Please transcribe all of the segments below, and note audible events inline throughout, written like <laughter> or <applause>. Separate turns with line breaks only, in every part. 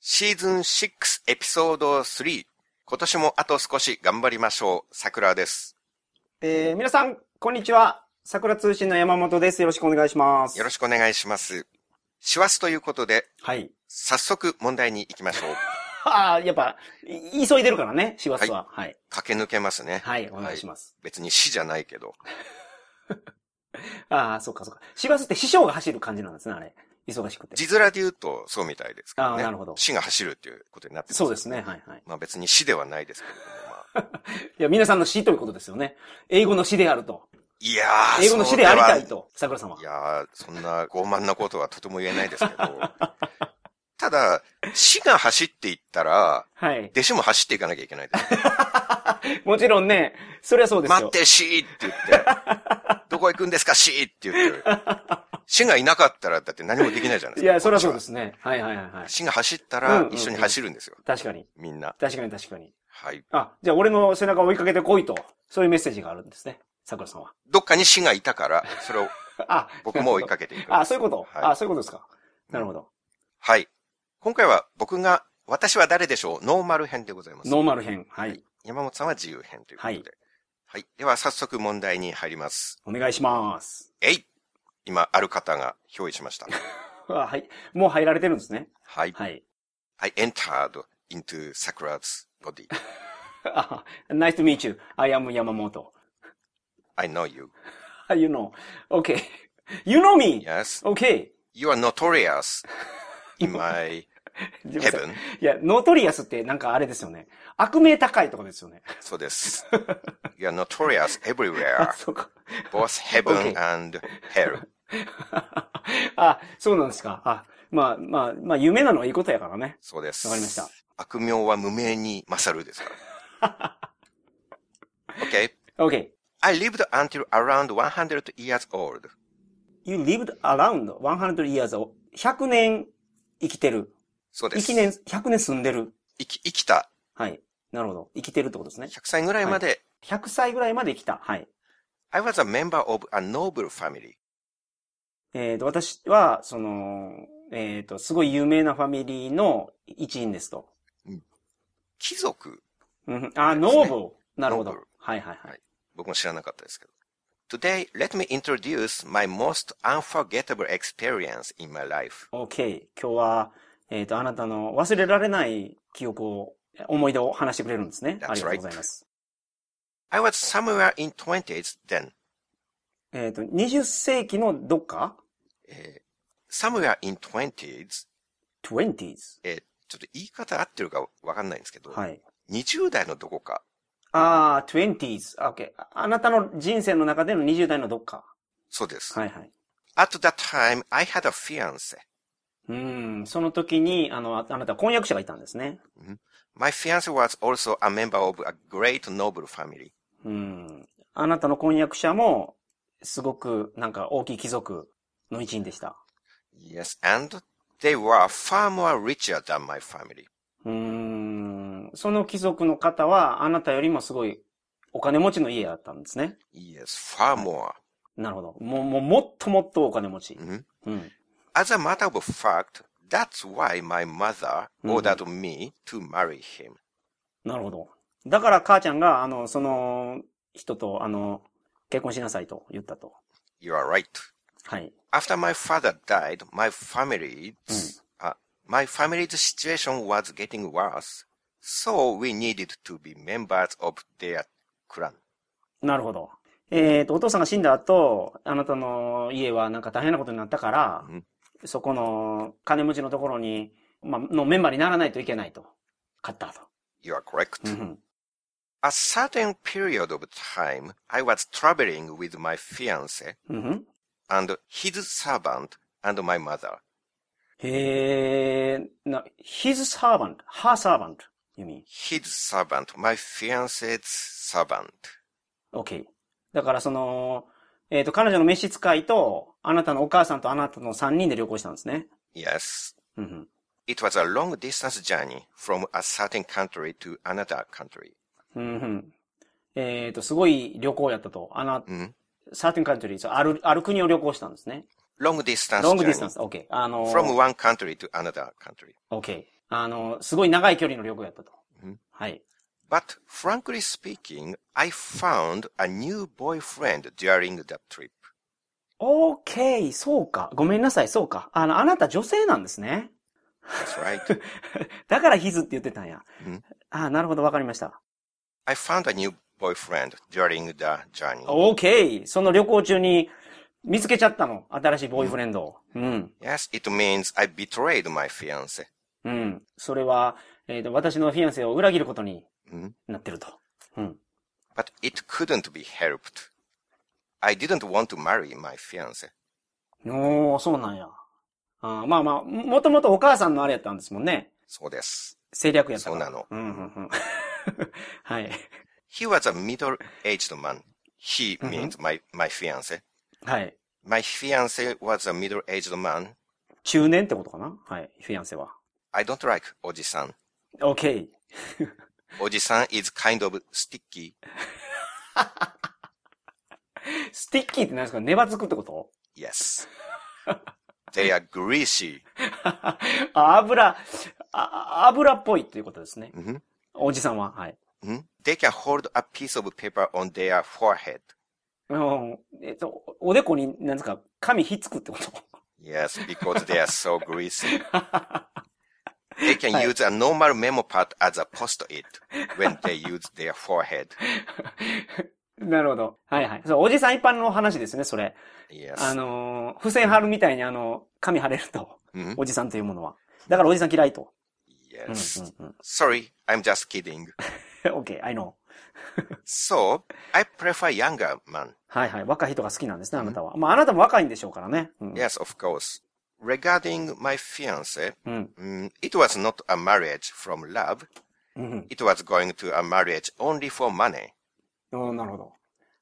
シーズン6エピソード3。今年もあと少し頑張りましょう。桜です。
えー、皆さん、こんにちは。桜通信の山本です。よろしくお願いします。
よろし
く。
くお願いします。師走ということで、
はい。
早速問題に行きましょう。 <laughs>
ああ、やっぱ、い急いでるからね、師走は。はい。
駆け抜けますね。
はい、お願いします。
別に死じゃないけど。
ああ、そっかそっか。師走って師匠が走る感じなんですね、あれ。忙しくて。
字面で言うとそうみたいですけどね。
あーなるほど
死が走るっていうことになってます
そうですね、はいはい。
まあ別に死ではないですけれども、まあ。
いや、皆さんの死ということですよね。英語の死であると。
いやー、
<laughs> 英語の死でありたいと、桜さんは。
いやー、そんな傲慢なことはとても言えないですけ
<laughs>
ど。ただ、死が走っていったら、
はい。
弟子も走っていかなきゃいけないですよ。
もちろんね、そりゃそうですよ。
待って、死って言って。
<laughs>
どこ行くんですか、死って言って。死がいなかったら、だって何もできないじゃないです
い
か。
や、そりゃそう
こ
で
っち
すね。はいはいはいは。
はい死が走った
うん
ら
う、ん
一緒に走るんですよ。
確かに。
みんな。
確かに確かに。
はい。
あ、じゃあ俺の背中を追いかけて来いと、そういうメッセージがあるんですね。桜さんは。
どっかに死がいたから、それを
あ、
僕も追いかけていく。
あ、そういうこと、
はい
あ、そういうことですか。なるほど。
はい。今回は僕が、私は誰でしょうノーマル編でございます。
ノーマル編。はい。
山本さんは自由編ということで。は
はい
い。では、早速問題に入ります。
お願いします。
えい今、ある方が表示しました。
あはい。もう入られてるんですね。 <laughs>
はい。
はい。
I entered into Sakura's body.
あ nice to meet you. I am Yamamoto.
I know you.
You know. Okay. You know me.
Yes.
Okay.
You are notorious in my
すいません
heaven.
いや、ノートリアスってなんかあれですよね。悪名高いとかで
<laughs>
すよね。
そうです。You are notorious
あ、
everywhere.
<laughs> そうか。
<laughs> Both heaven and hell.
あ、そうなんですか。あ、まあまあ、まあ、夢なのはいいことやからね。
そうです。
わかりました。
悪名は無名に勝るですから。okay.
Okay.
I lived until around 100 years old.
You lived around 100 years. old. 100年生きてる。
そうで
生
す。
き年、100年住んでる。
生き、生きた
はい。なるほど。生きてるってことですね。
100歳ぐらいまで、
100歳ぐらいまで生きた。はい。
I was a member of a noble family.
えっ、と、私は、その、えっ、と、すごい有名なファミリーの一員ですと。
貴族
うん、あ、
で
ノ
すね
ーブル。なるほど
ノーブル。
はいはいはい。
僕も知らなかったですけど。Today, let me introduce my most unforgettable experience in my life.
OK。今日は、えっ、と、あなたの忘れられない記憶を、思い出を話してくれるんですね。
That's
ありがとうございます。
I was somewhere in twenties then.
えっ、と、20世紀のどっか
えー somewhere in twenties,
?20s。
えーちょっと言い方合ってるかわかんないんですけど、
はい。
20代のどこか、
ああ、20s。OK。あなたの人生の中での20代のどっか。
そうです。
はいはい。
At that time, I had a fiance.
うーん、その時に、あの、ああなた婚約者がいたんですね。
My fiance was also a member of a great noble family.
うーん。あなたの婚約者も、すごく、なんか、大きい貴族の一員でした。
Yes, and they were far more richer than my family.
うーん。その貴族の方は、あなたよりもすごい、お金持ちの家だったんですね。
Yes, far more.
なるほど。もう、もう、もっともっとお金持ち。
Mhm.
うん。
As a matter of fact, that's why my mother ordered me to marry him.
なるほど。だから、母ちゃんが、あの、その、人と、あの、結婚しなさいと言ったと。
You are right.
はい。
After my father died, my family's, uh, my family's situation was getting worse. So we needed to be members of their clan.
なるほど。えっと、お父さんが死んだ後、あなたの家はなんか大変なことになったから
うん、
そこの金持ちのところに、まあ、のメンバーにならないといけないと。買ったと。
You are correct.
うんうん
A certain period of time, I was traveling with my fiance
うんうん。
and his servant and my mother.
へえ、な、his servant, her servant, you mean.
His servant, my fiance's servant.
Okay. だからその、えっと、彼女の召使いと、あなたのお母さんとあなたの3人で旅行したんですね。
Yes,
うんうん。
It was a long distance journey from a certain country to another country.
うんうん。えっと、すごい旅行やったと。あな、
うん
サーティンカントリー、そうある、ある国を旅行したんですね。
long distance Oh.
ロング
journey
ディスタンス。OK。あの
from one country to another country.
OK。あの、すごい長い距離の旅行やったと
うん。
はい。
But frankly speaking, I found a new boyfriend during that trip.
OK! そうか。ごめんなさい、そうか。あの、あなた女性なんですね。 <laughs>
That's right.
だからヒズって言ってたんや
うん。
あなるほど、わかりました。
I found a new boyfriend during the journey.
OK! その旅行中に見つけちゃったの。新しいボーイフレンドを。うん。
Yes, it means I betrayed my fiance.
うん。それは、えっ、と、私のフィアンセを裏切ることに
うん
なってると。うん。
hmm? But it couldn't be helped. I didn't want to marry my fiance.
おー、そうなんや。あーまあまあ、もともとお母さんのあれやったんですもんね。
そうです。
政略やったから。
そうなの
うん、うん、うん。 <laughs> はい。
He was a middle-aged man. He
Mhm.
means my, my fiance.
はい。
My fiance was a middle-aged man.
中年ってことかなはい。フィアンセは。
I don't like Oji-san.
OK。
Oji-san is kind of sticky.
スティッキーって何ですか粘つくってこと <laughs>
Yes. they are greasy.
あ油、あ油っぽいっていうことですね。
Mhm.
おじさんは。はい。
Mhm. They can hold a piece of paper on their forehead.
うんえっと、おでこに、なんですか、髪ひっつくってこと <laughs>
Yes, because they are so greasy. They can
Hi.
use a normal memo pad as a post-it when they use their forehead.
なるほど。はいはい。そう、おじさん一般の話ですね、それ。
Yes.
あのー、付箋貼るみたいに、あの、紙貼れると。
Mhm.
おじさんというものは。だからおじさん嫌いと。
Yes.
うんうん、
Sorry, I'm just kidding.
うん。OK, <laughs> I know.
So, I prefer younger man.
はいはい。若い人が好きなんですね、あなたは。まあ、あなたも若いんでしょうからね。うん。
Yes, of course. Regarding my fiance,
うん。
mm, it was not a marriage from love.
うん。
It was going to a marriage only for money.
うん、なるほど。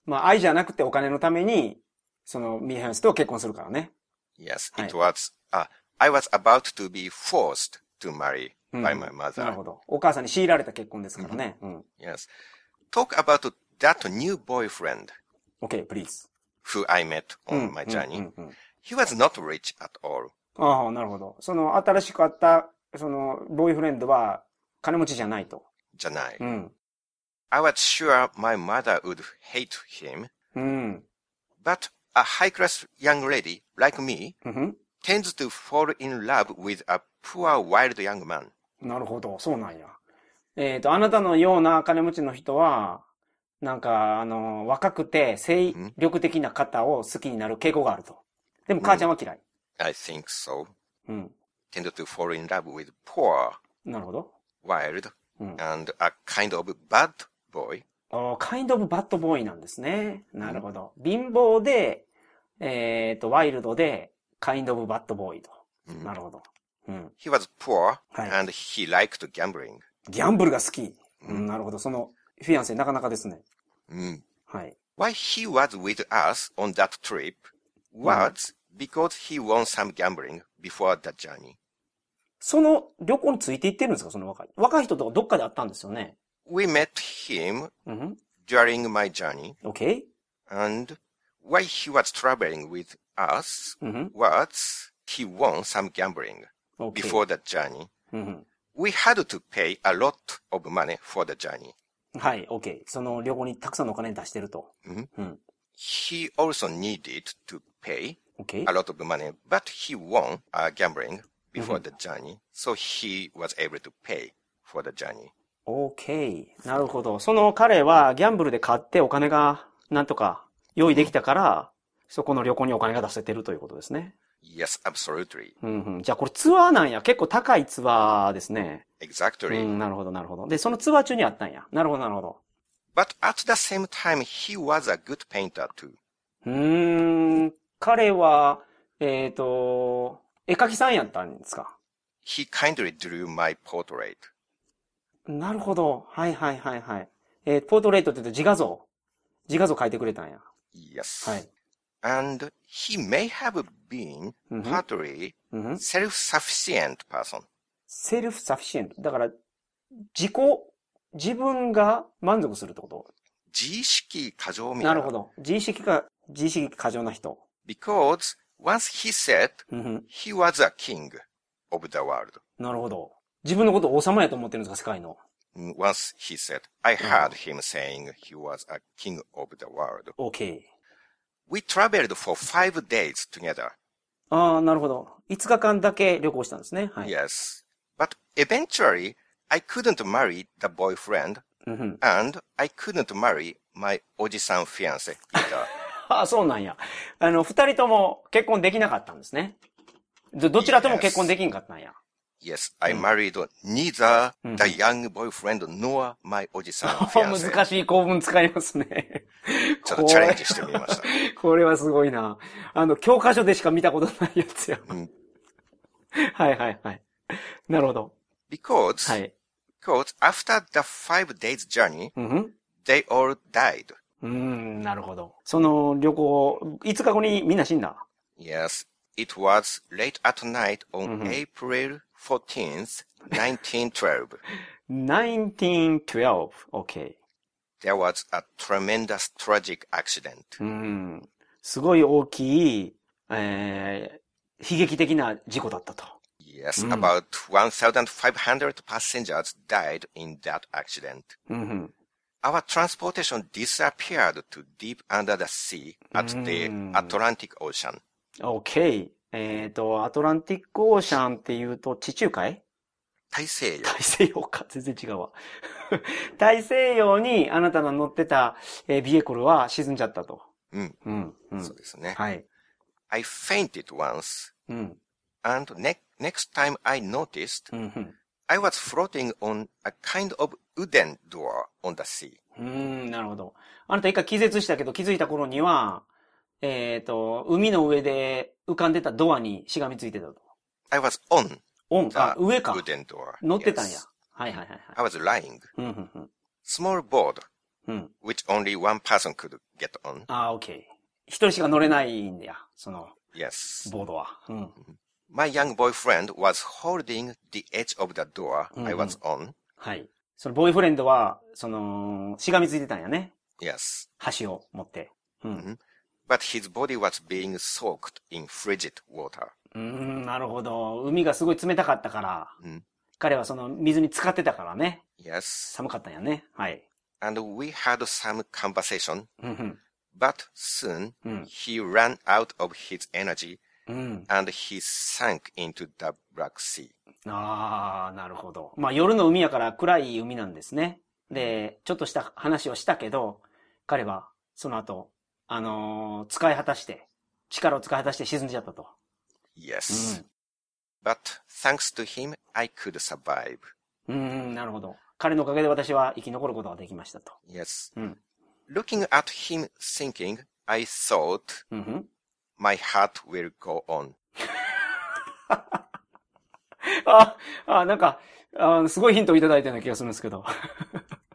まあ、愛じゃなくてお金のために、その、ミーヘンスと結婚するからね。
Yes,
Hi.
it was. Uh, I was about to be forced to marry
うん。
by my mother.
なるほど。お母さんに強いられた結婚ですからね。うん。
Yes. Talk about that new boyfriend
OK, please.
who I met
う
on
ん。
my journey.
うんうんうん
He was not rich at all.
ああ、なるほど。その、新しく会った、その、ボーイフレンドは、金持ちじゃないと。
Janai.
うん。
I was sure my mother would hate him,
うん。
but a high class young lady like me
うん。
tends to fall in love with a poor wild young man.
なるほど。そうなんや。えっと、あなたのような金持ちの人は、なんか、あの、若くて精力的な方を好きになる傾向があると。でも、母ちゃんは嫌い。
I think so.
うん。
Tend to fall in love with poor,
なるほど。
wild,
うん。
and a kind of bad boy.
おー、kind of bad boy なんですね。なるほど。貧乏で、えっと、ワイルドで、kind of bad boy と。
Mhm.
なるほど。うん。
He was poor
Hi.
and he liked gambling. Hmm.
ギャンブルが好き。う、
うん
なるほど。その、フィアンセ、なかなかですね。
Mm.
はい。
Why he was with us on that trip was because he won some gambling before the journey.
その旅行についていってるんですかその若い。若い人とかどっかで会ったんですよね。
We met him
うん。
during my journey
OK?
and why he was traveling with us
うん。
was he won some gambling
OK。
before the journey.
うん。
We had to pay a lot of money for the journey.
はい、OK。その旅行にたくさんのお金出してると。
うん。
うん。
He also needed to pay
OK?
a lot of money, but he won uh, gambling before the journey, so he was able to pay for the journey.
OK。なるほど。その彼はギャンブルで買ってお金がなんとか用意できたから、そこの旅行にお金が出せてるということですね。
Yes, absolutely.
うんうん。じゃあこれツアーなんや。結構高いツアーですね。う
Exactly.
ん、なるほど、なるほど。で、そのツアー中にあったんや。なるほど、なるほど。
But at the same time, he was a good painter too.
うーん、彼は、えっ、と、絵描きさんやったんですか
He kindly drew my portrait.
なるほど。はいはいはいはい。えーポートレートって言うと自画像。自画像描いてくれたんや。
Yes.
はい。
And he may have been
うんふん
partly
うんふん
self-sufficient person.
セルフサフィシエント。だから、自己、自分が満足するってこと。
自意識過剰みたい
なるほど。自意識が、自意識過剰な人。
Because Once he said
うんうん
he was a king of the world.
なるほど。自分のことを王様やと思ってるんですか、世界の。
Mm, Once he said, I heard him saying he was a king of the world.
OK。
We traveled for five days together.
ああ、なるほど。5日間だけ旅行したんですね。はい。
Yes. But eventually, I couldn't marry the boyfriend
うんうん
and I couldn't marry my ojisan fiance either.
ああ、そうなんや。あの、二人とも結婚できなかったんですね。ど、どちらとも結婚できんかったんや。
yes, I married neither the
Mhm.
young boyfriend nor my
<laughs>
ojisan
難
fiance.
しい構文使いますね。
<laughs> ちょっとチャレンジしてみました。
これはすごいな。あの、教科書でしか見たことないやつや。
うん
<laughs> はいはいはい。なるほど。
Because,
はい。
because after the five days journey,
うんふん
they all died.
うーん、なるほど。その旅行、5日後にみんな死んだ。
Yes, it was late at night on
Mhm.
April 14th, 1912.
1912. OK。
there was a tremendous tragic accident.
うん。すごい大きい、えー、悲劇的な事故だったと。
Yes,
Mm.
about 1,500 passengers died in that accident.
うんうん。
Our transportation disappeared to deep under the sea at
Mm.
the Atlantic Ocean.
OK。えっ、と、アトランティックオーシャンっていうと地中海
大西洋。
<laughs> 大西洋か。全然違うわ。 <laughs> 大西洋にあなたの乗ってた、えービエコルは沈んじゃったと。
うん。
うん。うん
そう。ですね。
はい。
I fainted once,
うん。
and ne next time I noticed,
うんうん。
I was floating on a kind of wooden door on the sea.
うーん、なるほど。あなた一回気絶したけど気づいた頃には、えっ、と、海の上で浮かんでたドアにしがみついてたと。
I was on
オン、あ
the、
上か。
wooden door.
乗ってたんや
Yes.。
はいはいはいはい。
I was lying.
うんうんうん。
Small board,
うん。
which only one person could get on.
あー、OK。一人しか乗れないんだよ。その、
Yes.
ボードは。うん。
My young boyfriend was holding the edge of the door
Mm-hmm.
I was on.
はい。その、ボーイフレンドは、その、しがみついてたんやね。
Yes.
箸を持って。うん。
But his body was being soaked in frigid water.
うーん、なるほど。海がすごい冷たかったから。
うん
彼はその、水に浸かってたからね。
Yes.
寒かったんやね。はい。
And we had some conversation,
うん、
but soon
うん。うん。
he ran out of his energy
うん。
and he sank into the Black Sea.
ああ、なるほど。まあ夜の海やから暗い海なんですね。で、ちょっとした話をしたけど、彼はその後、あのー使い果たして、力を使い果たして沈んじゃったと。
Yes.
Hmm.
But thanks to him, I could survive.
うん、うんうん、なるほど。彼のおかげで私は生き残ることができましたと。
Yes.
うん。
Looking at him sinking, I thought
うんうん、
my heart will go on.
あ、あ、なんかあ、すごいヒントをいただいたような気がするんですけど。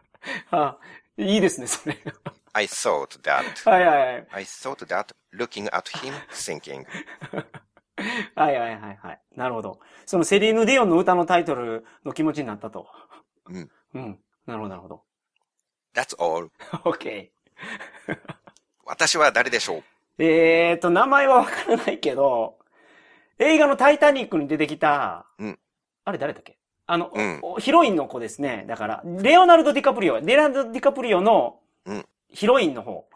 <laughs> あ、いいですね、それ。 <laughs>
I thought that.
はいはいはい。
I thought that looking at him sinking.
はいはいはいはい。なるほど。そのセリーヌ・ディオンの歌のタイトルの気持ちになったと。
うん。
うん。なるほどなるほど。 <laughs>
That's all.
OK。
私は誰でしょう
えーと、名前はわからないけど、映画のタイタニックに出てきた、
うん
あれ誰だっけあの、
うん
おヒロインの子ですね。だから、レオナルド・ディカプリオ、レオナルド・ディカプリオの
うん
ヒロインの方。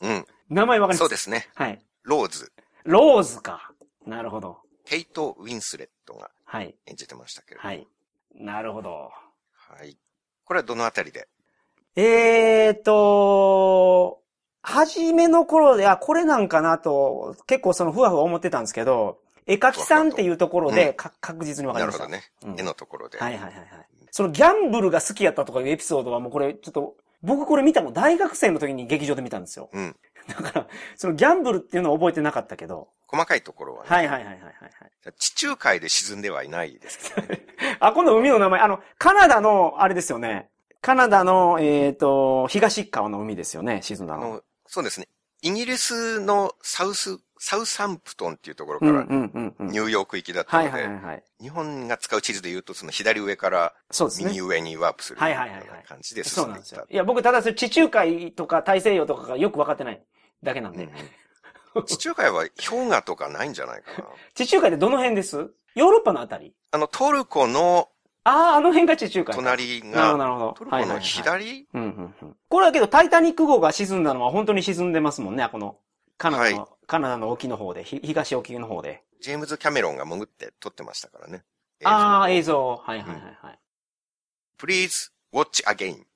うん。
名前わかります
そうですね。
はい。
ローズ、
ローズか。なるほど。
ケイト・ウィンスレットが
はい。
演じてましたけれど。
は。い。なるほど。
はい。これはどのあたりで
えーと、初めの頃で、あ、これなんかなと、結構そのふわふわ思ってたんですけど、絵描きさんっていうところ
う
で、か確実にわか
な
り
る
ま
ほ
し
ど
た。
ね。
うん
絵のところで。
はいはいはいはい。そのギャンブルが好きやったとかいうエピソードはもうこれ、ちょっと、僕これ見たの大学生の時に劇場で見たんですよ。
うん。
だから、そのギャンブルっていうのは覚えてなかったけど。
細かいところはね。
はいはいはいはいはい
地中海で沈んではいないですけど。
はい。あ、今度海の名前、あの、カナダの、あれですよね。カナダの、えーと、東側の海ですよね、沈んだ
あ
の。
の、そうですね。イギリスのサウス、サウサンプトンっていうところ
う
か
んう
ら
んうんうん。
ニューヨーク行きだった
は
の
いはいは
で
い、はい。
日本が使う地図で言うと、その左上から
そうですね
右。上にワープするよう
はいはいはいはい
な感じで
そ
進
うんな
でい
ん
っ
です
た
よ。。いや、僕ただそれ地中海とか大西洋とかがよく分かってないだけなんで。
うん地中海は氷河とかないんじゃないかな。
地中海でどの辺ですヨーロッパのあたり
あの、トルコの
ああ、あの辺が地中海。
隣
な
が、
るほど、なるほど。
トルコの
はいはいはい
左
うんうんうん。これだけど、タイタニック号が沈んだのは本当に沈んでますもんね、この、カナダの、
は
カナダの沖の方で、ひ東沖の方で。
ジェームズ・キャメロンが潜って撮ってましたからね。
ああ、
え
映像。はいはいはいはい。
Please watch again.